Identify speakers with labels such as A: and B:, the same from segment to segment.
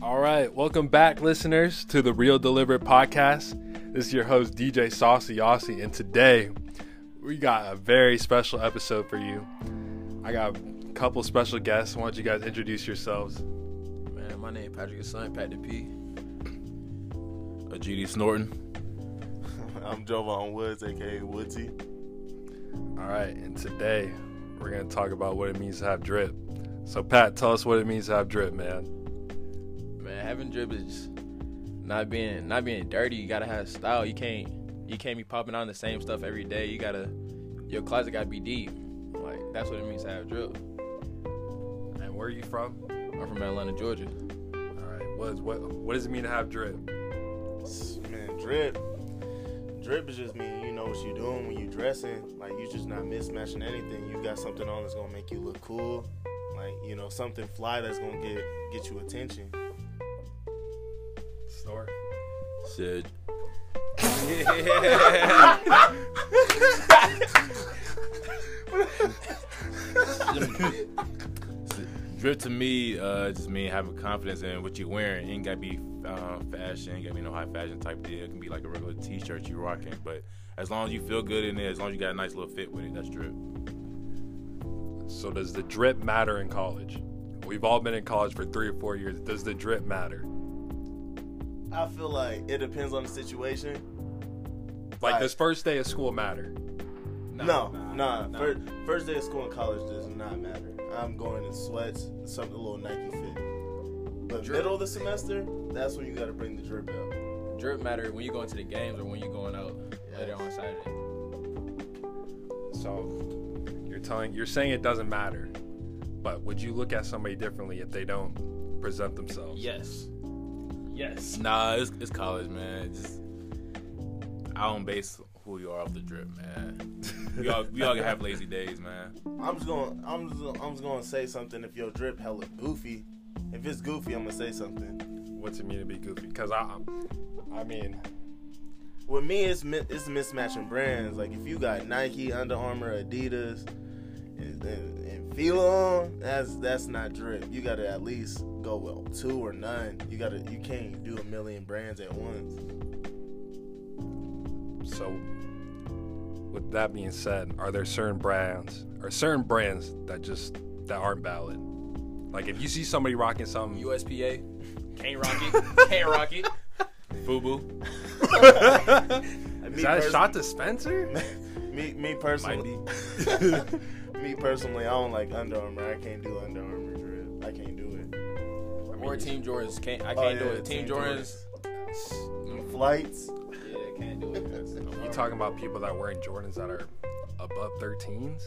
A: right, welcome back, listeners, to the Real Deliberate Podcast. This is your host DJ Saucy Aussie, and today we got a very special episode for you. I got a couple special guests. Why don't you guys introduce yourselves?
B: Man, my name Patrick Hassan, Pat the P.
C: A GD Snorton.
D: I'm Jovan Woods, aka Woodsy.
A: All right, and today we're gonna talk about what it means to have drip. So, Pat, tell us what it means to have drip, man.
B: Man, having drip is just not being not being dirty. You gotta have style. You can't you can't be popping on the same stuff every day. You gotta your closet gotta be deep. Like that's what it means to have drip.
A: And where are you from?
B: I'm from Atlanta, Georgia.
A: All right, what, is, what what does it mean to have drip?
D: Man, drip. Drip is just mean you know what you doing when you dressing. Like you just not mismatching anything. You got something on that's gonna make you look cool. Like you know something fly that's gonna get get you attention.
A: Snort.
C: Said drip to me uh, just mean having confidence in what you're wearing. It ain't gotta be um, fashion, ain't gotta be no high fashion type deal. It can be like a regular T-shirt you rocking, but as long as you feel good in it, as long as you got a nice little fit with it, that's drip.
A: So, does the drip matter in college? We've all been in college for three or four years. Does the drip matter?
D: I feel like it depends on the situation.
A: Like,
D: Right.
A: does first day of school matter?
D: No, nah, First, first day of school in college does not matter. I'm going in sweats, something a little Nike fit. But
B: Drip.
D: middle of the semester, that's when you gotta bring the drip out.
B: Drip matter when you going to the games or when you going out later on Saturday.
A: So, you're telling, you're saying it doesn't matter, but would you look at somebody differently if they don't present themselves?
B: Yes. Yes.
C: Nah, it's, it's college, man. It's just I don't base who you are off the drip, man. We all we all can have lazy days, man.
D: I'm just gonna I'm just, gonna- I'm just gonna say something if your drip hella goofy. If it's goofy, I'm gonna say something.
A: What's it mean to be goofy? Because I, I mean,
D: With me, it's mi- it's mismatching brands. Like if you got Nike, Under Armour, Adidas, and, and, and Fila on, that's that's not drip. You gotta at least go with two or none. You gotta you can't do a million brands at once.
A: so with that being said, are there certain brands or certain brands that just that aren't valid? Like if you see somebody rocking something,
B: USPA. Can't rock it. Can't rock it.
C: Fubu,
D: And
A: is that a
D: pers-
A: shot to Spencer?
D: Me me
C: might
D: personally,
C: be.
D: me personally, I don't like Under Armour. I can't do Under Armour drip. I can't do it.
B: Or Team Jordans. Can't I can't
D: Oh,
B: do
D: yeah,
B: it. Team,
D: Team
B: Jordans. Mm.
D: Flights.
B: Yeah, can't do it. That's-
A: You talking about people that are wearing Jordans that are above 13s?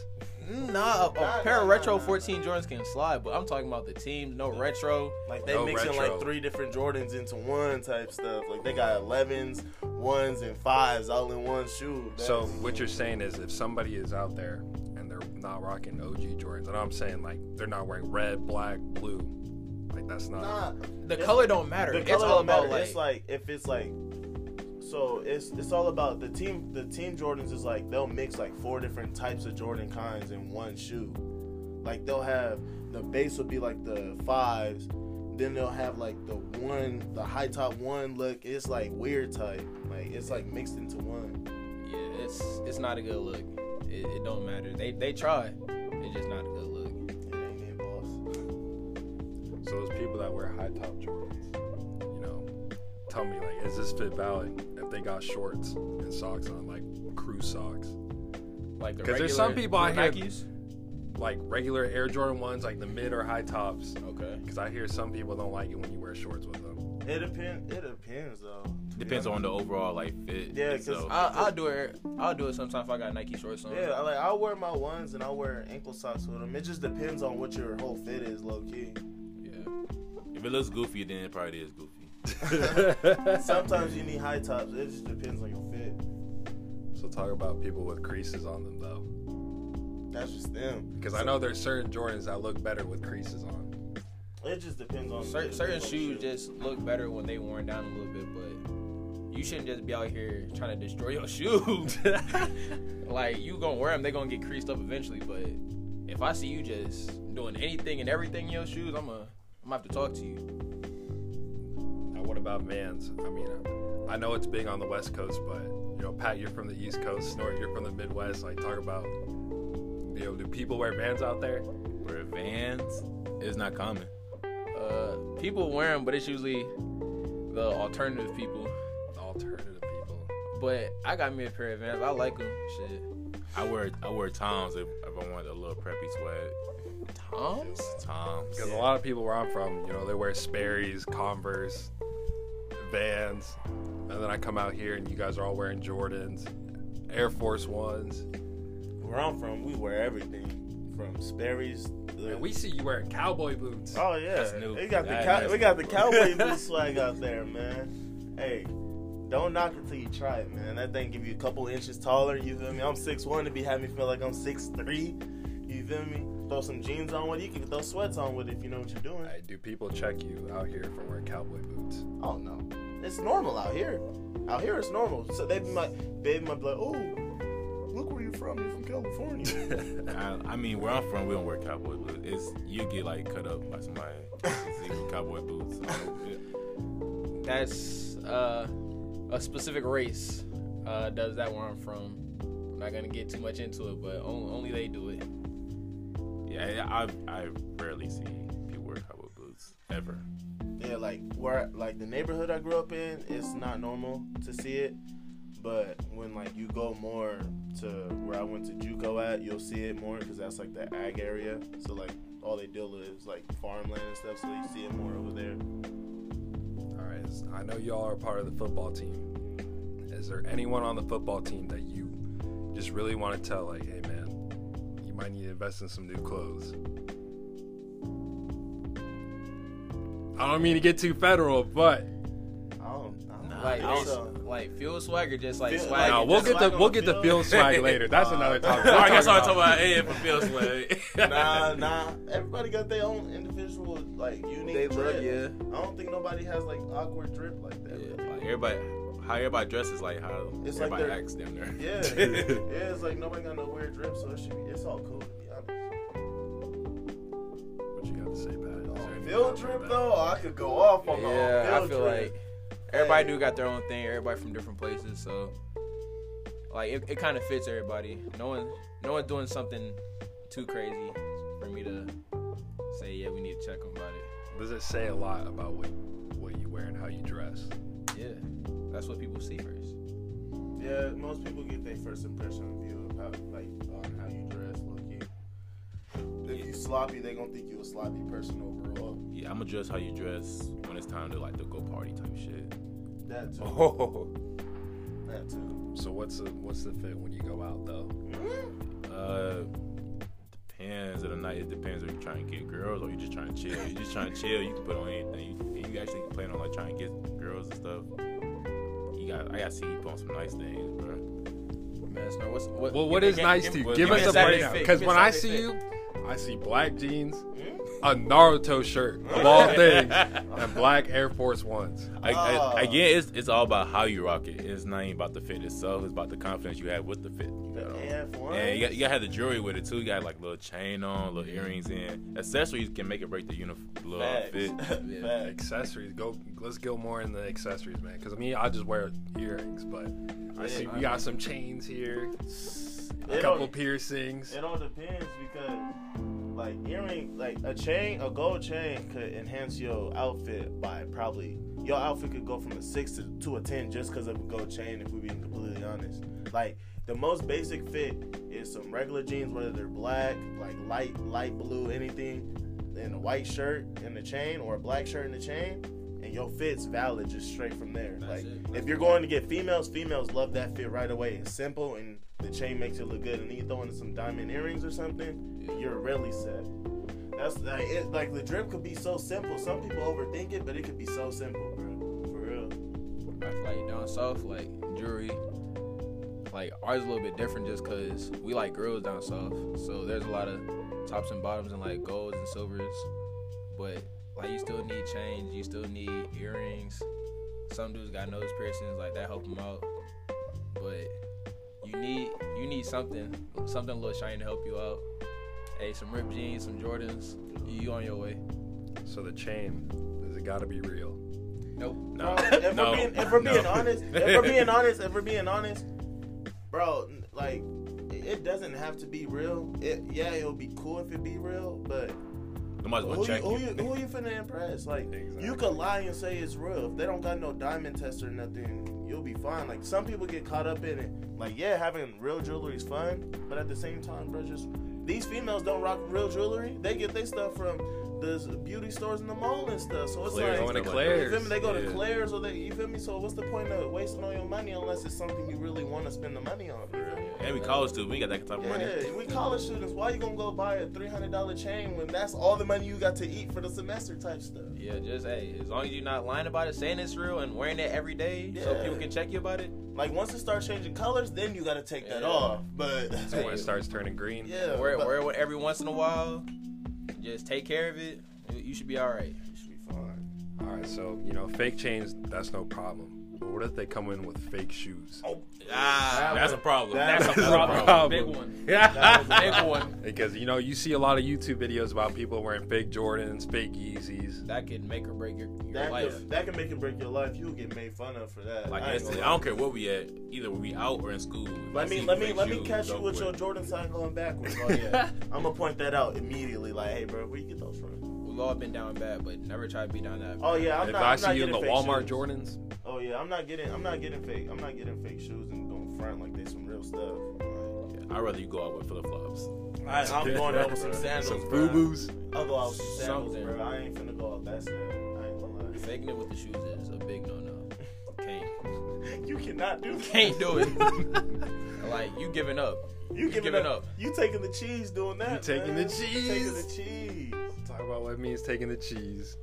B: Mm, Nah, a, a
D: Nah,
B: pair
D: nah,
B: of
D: nah,
B: retro
D: nah,
B: 14 Jordans can slide, but I'm talking about the teams, no retro.
D: Like they
A: No
D: mixing
A: retro.
D: like three different Jordans into one type stuff. Like they got 11s, ones, and fives all in one shoe. That's-
A: So what you're saying is if somebody is out there and they're not rocking OG Jordans, and I'm saying like they're not wearing red, black, blue, like that's not.
D: nah,
B: The color don't matter.
D: the
B: it's
D: color
B: all
D: don't matter.
B: about like,
D: it's like if it's like. So it's it's all about the team. The team Jordans is like they'll mix like four different types of Jordan kinds in one shoe. Like they'll have the base would be like the fives, then they'll have like the one, the high top one look. It's like weird type. Like it's like mixed into one.
B: yeah, it's it's not a good look. It, it don't matter. They they try. It's just not a good look.
D: It ain't it, boss.
A: So those people that wear high top Jordans, you know, tell me like, is this fit valid if they got shorts and socks on, like crew socks,
B: Like the
A: 'Cause
B: regular
A: there's some people out here-
B: Nikes.
A: like regular Air Jordan ones, like the mid or high tops?
B: Okay.
A: Because I hear some people don't like it when you wear shorts with them.
D: It depends. It depends though. to be
C: Depends on
D: honest.
C: the overall like fit.
D: Yeah, 'cause
C: itself.
B: I'll, I'll do it. I'll do it sometime if I got Nike shorts on.
D: Yeah, I like I'll wear my ones and I'll wear ankle socks with them. It just depends on what your whole fit is, low key.
B: Yeah.
C: If it looks goofy, then it probably is goofy.
D: Sometimes you need high tops. It just depends on your fit.
A: so talk about people with creases on them though,
D: That's just them.
A: because I know there's certain Jordans that look better with creases on.
D: It just depends on
B: Certain, certain
D: on the
B: shoes
D: shoe.
B: just look better when they worn down a little bit, but you shouldn't just be out here trying to destroy your shoes. like you gonna wear them, they gonna get creased up eventually. But if I see you just doing anything and everything in your shoes, I'm gonna I'm gonna have to talk to you.
A: about Vans. I mean, I know it's big on the West Coast, but you know, Pat, you're from the East Coast. Snort, you're from the Midwest. Like, talk about you know, do people wear Vans out there?
C: Where Vans is not common.
B: Uh, people wear them, but it's usually the alternative people.
A: Alternative people.
B: But I got me a pair of Vans. I like them. Shit.
C: I wear I wear Toms if, if I want a little preppy sweat.
B: Toms?
C: Toms.
A: Because a lot of people where I'm from, you know, they wear Sperry's, Converse, Vans, and then I come out here and you guys are all wearing Jordans, Air Force Ones.
D: Where I'm from, we wear everything from Sperry's.
A: And we see you wearing cowboy boots.
D: oh yeah,
C: That's new.
D: we got the
C: That-
D: cow-
C: that's
D: we got the
C: new.
D: cowboy boot swag out there, man. Hey, don't knock it till you try it, man. That thing give you a couple inches taller. You feel me? I'm six one to be having me feel like I'm six three. You feel me? Throw some jeans on with it. You can throw sweats on with it if you know what you're doing.
A: Hey, do people check you out here for wearing cowboy boots?
D: Oh no, it's normal out here. Out here, it's normal. So they be my, they be my like, oh, look where you're from. You're from California.
C: I, I mean, where I'm from, we don't wear cowboy boots. It's you get like cut up by somebody It's even cowboy boots. So, yeah.
B: That's uh, a specific race uh, does that where I'm from. I'm not gonna get too much into it, but only, only they do it.
C: Yeah, I, I I rarely see people wear cowboy boots ever.
D: yeah, like where, like the neighborhood I grew up in, it's not normal to see it. But when like you go more to where I went to JUCO at, you'll see it more because that's like the ag area. So like all they deal with is like farmland and stuff. So you see it more over there.
A: All right, s- I know y'all are part of the football team. Is there anyone on the football team that you just really want to tell, like, hey man, you might need to invest in some new clothes? I don't mean to get too federal, but
D: I don't, I don't
B: Like,
D: think
B: it's-
D: so.
B: like fuel swagger, just like
D: Feel-
B: swagger.
A: Nah,
D: Like,
A: we'll
D: that's
A: get the
D: why I
A: we'll
D: don't
A: get the
D: feel-
A: field swag later. That's another topic.
C: All right,
A: We're
C: that's all I'm
A: talking
C: talking
A: about-
C: about. Hey, for Phil Swag.
D: nah, nah. Everybody got their own individual, like unique.
B: They look,
D: drip.
B: yeah.
D: I don't think nobody has like awkward drip like that.
B: Yeah.
C: Like everybody, how everybody dresses, like how
D: It's like
C: everybody
D: they're-
C: acts down there.
D: Yeah, yeah. It's like nobody got no weird drip, so it should be. It's all cool to be honest.
A: What you got to say, Pat? Is there anything
D: Field
A: else about
D: drip
A: that?
D: though, I could go off on the
B: Yeah,
D: field
B: I feel
D: drip.
B: like everybody
D: Hey.
B: do got their own thing. Everybody from different places, so like it, it kind of fits everybody. No one, no one's doing something too crazy for me to say. Yeah, we need to check 'em about it.
A: Does it say a lot about what what you wear and how you dress?
B: Yeah, that's what people see first.
D: Yeah, most people get their first impression of you of how like on how you dress, look you. If you sloppy, they gonna think you a sloppy person overall.
C: Yeah, I'm gonna dress how you dress when it's time to like to go party type shit.
D: That too.
C: Oh.
D: That too.
A: So what's the what's the fit when you go out though?
C: Uh, depends on the night. It depends if you're trying to get girls or you just trying to chill. you just trying to chill. You can put on anything. You, and you actually plan on like trying to get girls and stuff. You got, I got to see you put on some nice things, bro.
B: Man, Snow, what's, what,
A: Well, what
B: give-
A: is
B: give-
A: nice
B: give-
A: to you?
C: give
A: Give
C: me
A: us
B: a
A: a
B: Saturday
A: breakdown.
B: fit.
A: Because
B: Give me
A: when
B: a
A: I see
B: Saturday
A: you, I see black jeans,
D: Hmm?
A: a Naruto shirt of all things, and black Air Force Ones.
C: I,
D: Ah.
C: I, again, it's it's all about how you rock it. It's not even about the fit itself. It's about the confidence you have with the fit. You got on.
D: AF one.
C: And you got, you got to have the jewelry with it too. You got like little chain on, little earrings in. Accessories can make it break the uniform. Little
D: Facts.
C: fit.
B: Yeah.
D: Facts.
A: Accessories, go. Let's go more in the accessories, man. Because I mean, I just wear earrings, but I
D: Yeah.
A: see we got some chains here, a
D: It
A: couple
D: don't-
A: piercings.
D: It all depends because, like, earring, like a chain, a gold chain could enhance your outfit by probably your outfit could go from a six to, to a ten just because of a gold chain. If we're being completely honest, like the most basic fit is some regular jeans, whether they're black, like light light blue, anything, and a white shirt and a chain, or a black shirt and a chain. And your fit's valid just straight from there.
B: That's
D: like
B: it.
D: if you're going to get females, females love that fit right away. It's simple and the chain makes it look good. And then you throw in some diamond earrings or something, you're really set. That's like it, like the drip could be so simple. Some people overthink it, but it could be so simple, bro. For real.
B: like down south, like jewelry, like ours a little bit different just because we like girls down south. So there's a lot of tops and bottoms and like golds and silvers, but like you still need chains, you still need earrings. Some dudes got nose piercings, like that help them out, but you need you need something, something a little shiny to help you out. Hey, some ripped jeans, some Jordans, you on your way.
A: So the chain, does it got to be real?
B: Nope.
C: No,
D: Bro, if
C: no,
D: we're being, if we're being
C: no.
D: honest, if we're being honest, if we're being honest, bro, n- like it- it doesn't have to be real. It, yeah, it'll be cool if it be real, but
C: I might as well
D: who you,
C: check
D: who,
C: you.
D: you, who you finna impress? Like you
A: Exactly.
D: could lie and say it's real. If they don't got no diamond test or nothing, you'll be fine. Like some people get caught up in it. Like yeah, having real jewelry is fun, but at the same time, bro, just these females don't rock real jewelry. They get their stuff from the beauty stores in the mall and stuff. So it's
C: Claire's,
D: like
A: Going to
C: Like,
D: you feel
A: Claire's.
D: me? They go to
C: Yeah.
D: Claire's or they, you feel me? So what's the point of wasting all your money unless it's something you really want to spend the money on? you feel me?
C: And we college too. We ain't got that type of money.
D: Yeah, we college students. Why you gonna go buy a three hundred dollar chain when that's all the money you got to eat for the semester type stuff?
B: Yeah, just hey, as long as you're not lying about it, saying it's real and wearing it every day,
D: Yeah.
B: so people can check you about it.
D: Like once it starts changing colors, then you gotta take that
B: Yeah.
D: off. But
A: So when it starts turning green.
D: yeah,
B: wear,
D: but-
B: wear it every once in a while. Just take care of it. You- You should be all right.
D: You should be fine.
A: All right, so you know, fake chains, that's no problem. But what if they come in with fake shoes?
D: Oh,
C: Ah, that's a problem.
D: That-
C: That's a
A: That's a
C: problem.
A: problem.
B: Big one.
A: Yeah.
B: Big one.
A: Because you know, you see a lot of YouTube videos about people wearing fake Jordans, fake Yeezys.
B: That could make or break your, your
D: that
B: life.
D: could, that can make and break your life. You'll get made fun of for that.
C: Like
D: I ain't
C: instantly, I
D: gonna lie.
C: don't care where we at. Either we out or in school. If I
D: Let
C: see
D: me let me
C: fake
D: let me
C: shoes,
D: catch you
C: don't
D: with
C: quit.
D: your Jordan sign going backwards. Oh, yeah. I'm gonna point that out immediately. Like, hey, bro, where you get those from?
B: We've all been down bad, but never try to be down that.
D: Oh yeah, I'm
A: if
D: not.
A: I
D: I'm not
A: see you in the
D: getting fake
A: Walmart
D: shoes.
A: Jordans,
D: Oh yeah, I'm not getting I'm not getting fake I'm not getting fake shoes and don't front like they some real stuff. Like,
C: Yeah, I'd rather you go out with flip flops.
D: I, I'm going out with some sandals.
A: some
D: bro.
A: boo-boos.
D: I'll go out with some sandals,
B: Something.
D: bro. I ain't finna go out that sad. I ain't gonna lie.
B: Faking it with the shoes is a big no-no. Can't
D: You cannot do that.
B: can't do it. like you giving up.
D: You giving,
B: giving
D: up.
B: up.
D: You taking the cheese doing that.
A: You taking
D: man.
A: the
D: You Taking the
A: cheese.
D: cheese.
A: Talk about what it means taking the cheese,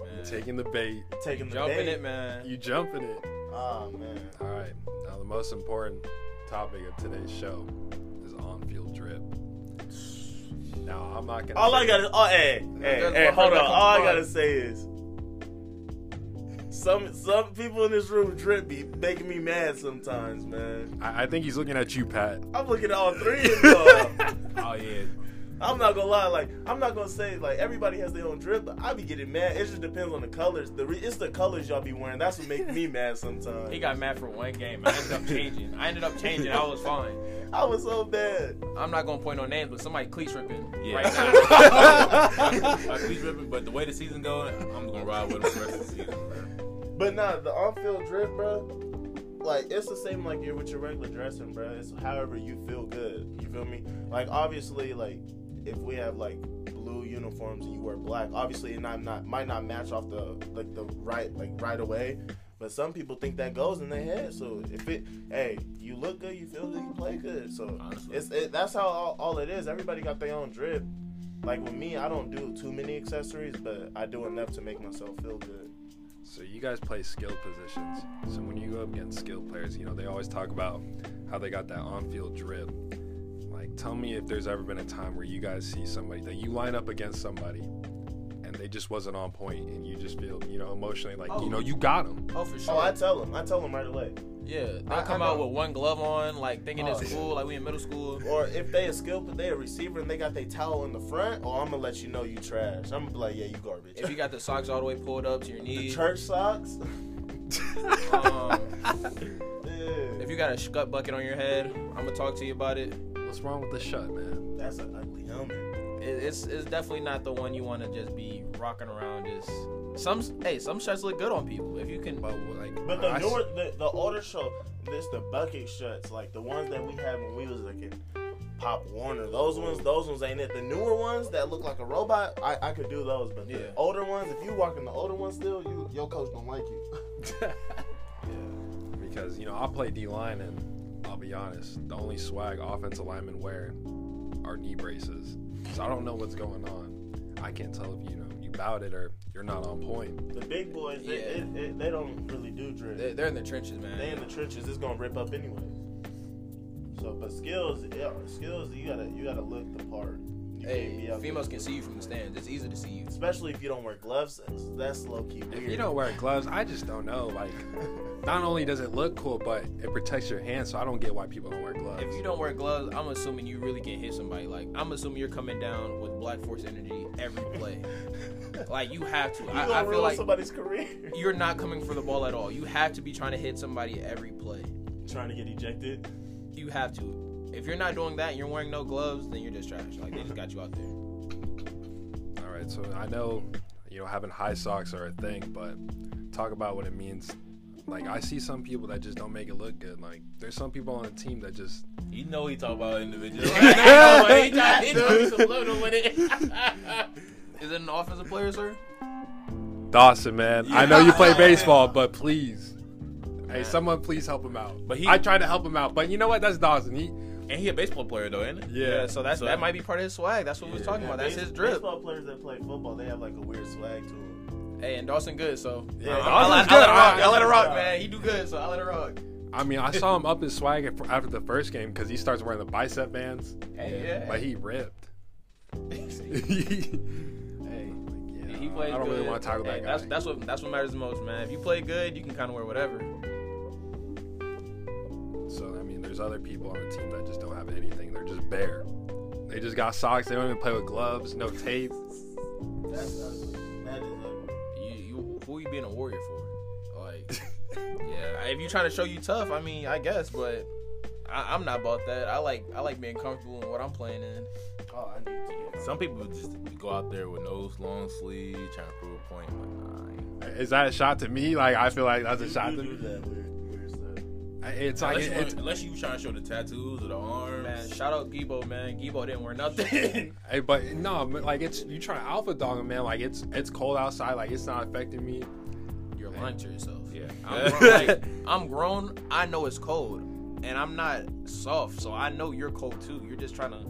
B: Man.
A: taking the bait,
D: Taking the
B: Jumping
D: bait.
B: it, man.
A: you jumping it.
D: Oh man.
A: All right. Now the most important topic of today's show is on-field drip. Now I'm not gonna.
D: All I
A: say-
D: gotta oh hey, hey,
B: That's
D: hey,
B: what
D: hold
B: I'm
D: on. All I
B: talking
D: gotta
B: about.
D: say is some some people in this room drip be making me mad sometimes, man.
A: I, I think he's looking at you, Pat.
D: I'm looking at all three of y'all.
C: Oh yeah.
D: I'm not gonna lie, like I'm not gonna say like everybody has their own drip, but I be getting mad. It just depends on the colors. The re- it's the colors y'all be wearing. That's what make me mad sometimes.
B: He got mad for one game. I ended up changing. I ended up changing. I was fine.
D: I was so bad.
B: I'm not gonna point no names, but somebody cleats ripping
C: Yeah.
B: right now.
C: I could be dripping, but the way the season going, I'm gonna ride with him for the rest of the season. bro.
D: But nah, the on-field drip, bro. Like it's the same like you're with your regular dressing, bro. It's however you feel good. You feel me? Like obviously, like if we have like blue uniforms and you wear black, obviously it not, not might not match off the like the right like right away. But some people think that goes in their head. So if it, hey, you look good, you feel good, you play good. So
C: Honestly.
D: it's it, that's how all, all it is. Everybody got their own drip. Like with me, I don't do too many accessories, but I do enough to make myself feel good.
A: So you guys play skilled positions. So when you go up against skilled players, you know they always talk about how they got that on-field drip. Like, tell me if there's ever been a time where you guys see somebody that you line up against somebody, and they just wasn't on point, and you just feel, you know, emotionally like,
B: Oh.
A: you know, you got them.
B: oh, for sure.
D: Oh, I tell them. I tell them right away.
B: yeah, they
D: I- I
B: come out
D: know.
B: with one glove on, like thinking
D: Oh.
B: it's cool, like we in middle school.
D: Or if they a skill, but they a receiver and they got their towel in the front, oh, I'm gonna let you know you trash. I'm gonna be like, yeah, you garbage.
B: If you got the socks all the way pulled up to your
D: the
B: knees,
D: church socks,
B: um,
D: yeah,
B: if you got a scut bucket on your head, I'm gonna talk to you about it.
A: What's wrong with the shut, man?
D: that's an ugly helmet.
B: it it's it's definitely not the one you want to just be rocking around. Just some hey, some shots look good on people if you can.
A: But like,
D: But the
A: I-
D: newer, the, the older show, this the bucket shuts, like the ones that we had when we was like in Pop Warner. Those ones, those ones ain't it. The newer ones that look like a robot, I, I could do those. But
B: Yeah.
D: the older ones, if you walk in the older ones still, you your coach don't like you. yeah.
A: because you know I play D line, and I'll be honest, the only swag offensive linemen wear are knee braces. So I don't know what's going on. I can't tell if you know you bowed it or you're not on point.
D: The big boys, they,
B: Yeah.
D: they, they, they don't really do drill.
B: They're, they're in the trenches, man.
D: they in the trenches, it's gonna rip up anyway. So, but skills, yeah, skills, you gotta you gotta look the part. You
B: Hey,
D: can't be up.
B: Females can see you from the stands. It's easy to see you.
D: Especially if you don't wear gloves, that's low key weird.
A: If you don't wear gloves, I just don't know. Like, not only does it look cool, but it protects your hands. So I don't get why people don't wear gloves.
B: If you don't wear gloves, I'm assuming you really can hit somebody. Like I'm assuming you're coming down with black force energy every play. like you have to.
D: You
B: I,
D: gonna
B: I feel
D: ruin
B: like
D: somebody's career.
B: you're not coming for the ball at all. You have to be trying to hit somebody every play.
D: Trying to get ejected.
B: You have to. If you're not doing that and you're wearing no gloves, then you're just trash. Like they just got you out there.
A: All right, so I know, you know, having high socks are a thing, but talk about what it means. Like, I see some people that just don't make it look good. Like, there's some people on the team that just.
C: You know he talk about individuals.
B: he tried- he tried to subliminal with it. Is it an offensive player, sir?
A: Dawson, man, I know you play baseball, but please. Hey, someone please help him out. But
C: But
A: he,
C: he-
A: I tried to help him out, but you know what? That's Dawson. He,
C: and he a baseball player though, ain't he?
A: yeah.
B: So that's that might be part of his swag. That's what we was talking about. That's
D: Base-
B: his drip.
D: Baseball players that play football, they have like a weird swag to them.
B: Hey, and Dawson good, so I- I,
D: Yeah.
A: Dawson's good.
B: let- I let it rock. I
D: Alright.
B: let it rock, man. He do good, so I let it rock.
A: I mean, I saw him up his swag af- after the first game because he starts wearing the bicep bands,
B: Hey, yeah.
A: but he ripped.
B: Hey,
A: hey,
B: he plays.
A: I don't really
B: good.
A: want to tackle
B: Hey,
A: that guy.
B: That's that's what that's what matters the most, man. If you play good, you can kind of wear whatever.
A: So I mean, there's other people on the team that just don't have anything. They're just bare. They just got socks. They don't even play with gloves. No tape.
D: That's ugly. That is ugly.
B: You, you who you being a warrior for? Like, yeah. If you trying to show you tough, I mean, I guess, but I, I'm not about that. I like I like being comfortable in what I'm playing in.
D: Oh, I need to get
C: Some people just go out there with no long sleeve, trying to prove a point. Like, nah, I ain't-
A: Is that a shot to me? Like I feel like that's a shot
D: You
A: to
D: do
A: me.
D: that weird, weird stuff.
A: It's like
C: unless, you,
A: it's,
C: unless you trying to show the tattoos or the arms.
B: Man, shout out Gibo, man. Gibo didn't wear nothing.
A: hey, but no, but like it's you trying to alpha dog him, man. Like it's it's cold outside. Like it's not affecting me.
B: You're lying to yourself.
C: yeah.
B: I'm grown, like, I'm grown. I know it's cold, and I'm not soft, so I know you're cold too. You're just trying to,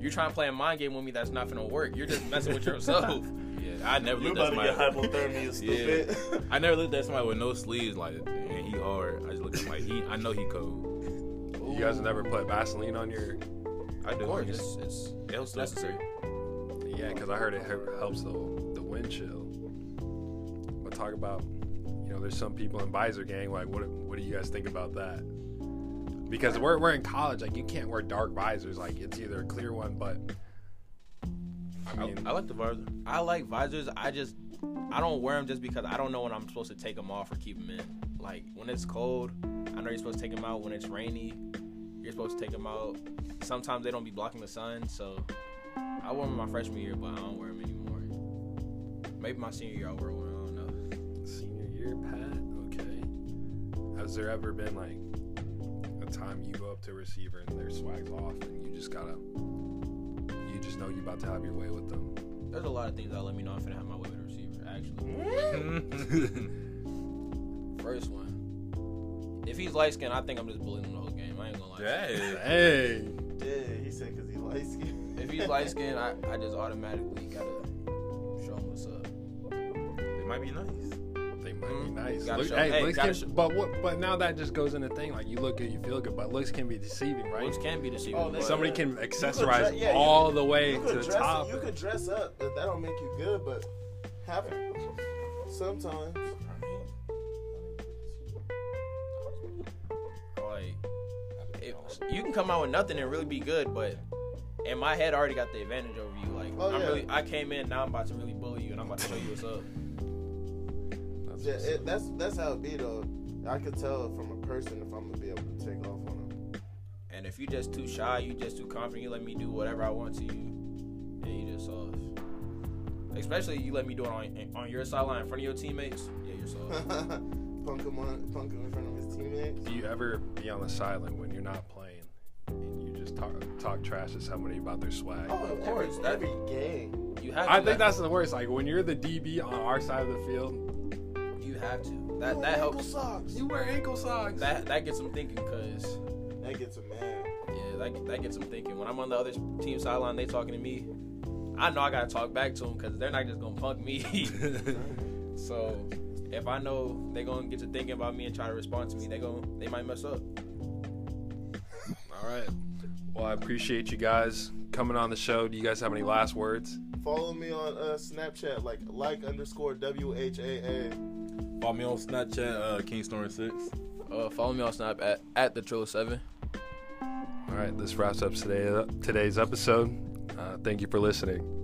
B: you're trying to play a mind game with me that's not gonna work. You're just messing with yourself.
C: yeah, I never
D: You're
C: looked
D: about
C: at
D: to get
C: somebody.
D: hypothermia, stupid.
C: I never looked at somebody with no sleeves like, and he hard. I just looked at him like he. I know he cold.
A: You guys never put Vaseline on your
C: I do.
B: Of course, it's, it's,
C: It's
B: necessary.
A: yeah, because I heard it he- helps the the wind chill. But talk about you know, there's some people in visor gang. Like what what do you guys think about that? Because we're we're in college. Like you can't wear dark visors. Like it's either a clear one, but I
C: I,
A: mean,
C: I like the visor.
B: I like visors. I just, I don't wear them just because I don't know when I'm supposed to take them off or keep them in. Like when it's cold, I know you're supposed to take them out. When it's rainy, you're supposed to take them out. Sometimes they don't be blocking the sun, so I wore them my freshman year, but I don't wear them anymore. Maybe my senior year I wear one. I don't know.
A: senior year, Pat. Okay, has there ever been like a time you go up to a receiver and their swag's off, and you just gotta you just know you about to have your way with them?
B: There's a lot of things that let me know I'm finna have my way with a receiver. Actually, first one, if he's light skinned I think I'm just bullying him the whole game. I ain't gonna lie.
C: that is.
A: Hey,
D: yeah, he said because he light skinned.
B: If he's light skinned I, I just automatically gotta show him what's up.
C: It might be nice.
A: They might be
B: Mhm.
D: Mm-hmm.
A: nice.
B: Gotta
A: Look-
B: show-
A: hey,
B: hey,
A: looks
B: gotta
A: can,
B: show-
A: but what? But now that just goes in the thing. Like you look good, you feel good, but looks can be deceiving, right?
B: Looks can be deceiving.
D: Oh, they-
B: but
A: Somebody
D: Yeah.
A: can
D: You could
A: accessorize
D: dre- yeah, you
A: all the way
D: You
A: to
D: could
A: the
D: dress.
A: top.
D: You could dress up, but that don't make you good. But have it sometimes.
B: like, if, you can come out with nothing and really be good, but in my head, I already got the advantage over you. Like,
D: Oh,
B: I'm
D: yeah.
B: really, I came in now. I'm about to really bully you, and I'm about to show you what's up.
D: Yeah, it, that's that's how it be though. I could tell from a person if I'm gonna be able to take off on them.
B: And if you just too shy, you just too confident, you let me do whatever I want to you, and you just soft. Especially you let me do it on on your sideline in front of your teammates. Yeah, you're soft.
D: punk him on, punk him in front of his teammates.
A: Do you ever be on the silent when you're not playing and you just talk talk trash to somebody about their swag?
D: Oh, of
B: course,
D: course,
B: that-
D: every, game.
B: You have. To,
A: I think that's the worst. Like when you're the DB on our side of the field,
B: you have to. That
D: Yo,
B: that
D: ankle
B: helps.
D: Socks.
A: you wear ankle socks.
B: That that gets them thinking, cause.
D: That gets a man.
B: Yeah, that, that gets them thinking. When I'm on the other team sideline, they talking to me. I know I gotta talk back to them because they're not just gonna punk me. so if I know they gonna get to thinking about me and try to respond to me, they gonna they might mess up.
A: All right. Well, I appreciate you guys coming on the show. Do you guys have any last words?
D: Follow me on uh, Snapchat, like like underscore W H A A.
C: Follow me on Snapchat, uh, King Snoring Six.
B: Uh, follow me on Snap at, at the Trilla Seven.
A: All right, this wraps up today, today's episode. Uh, thank you for listening.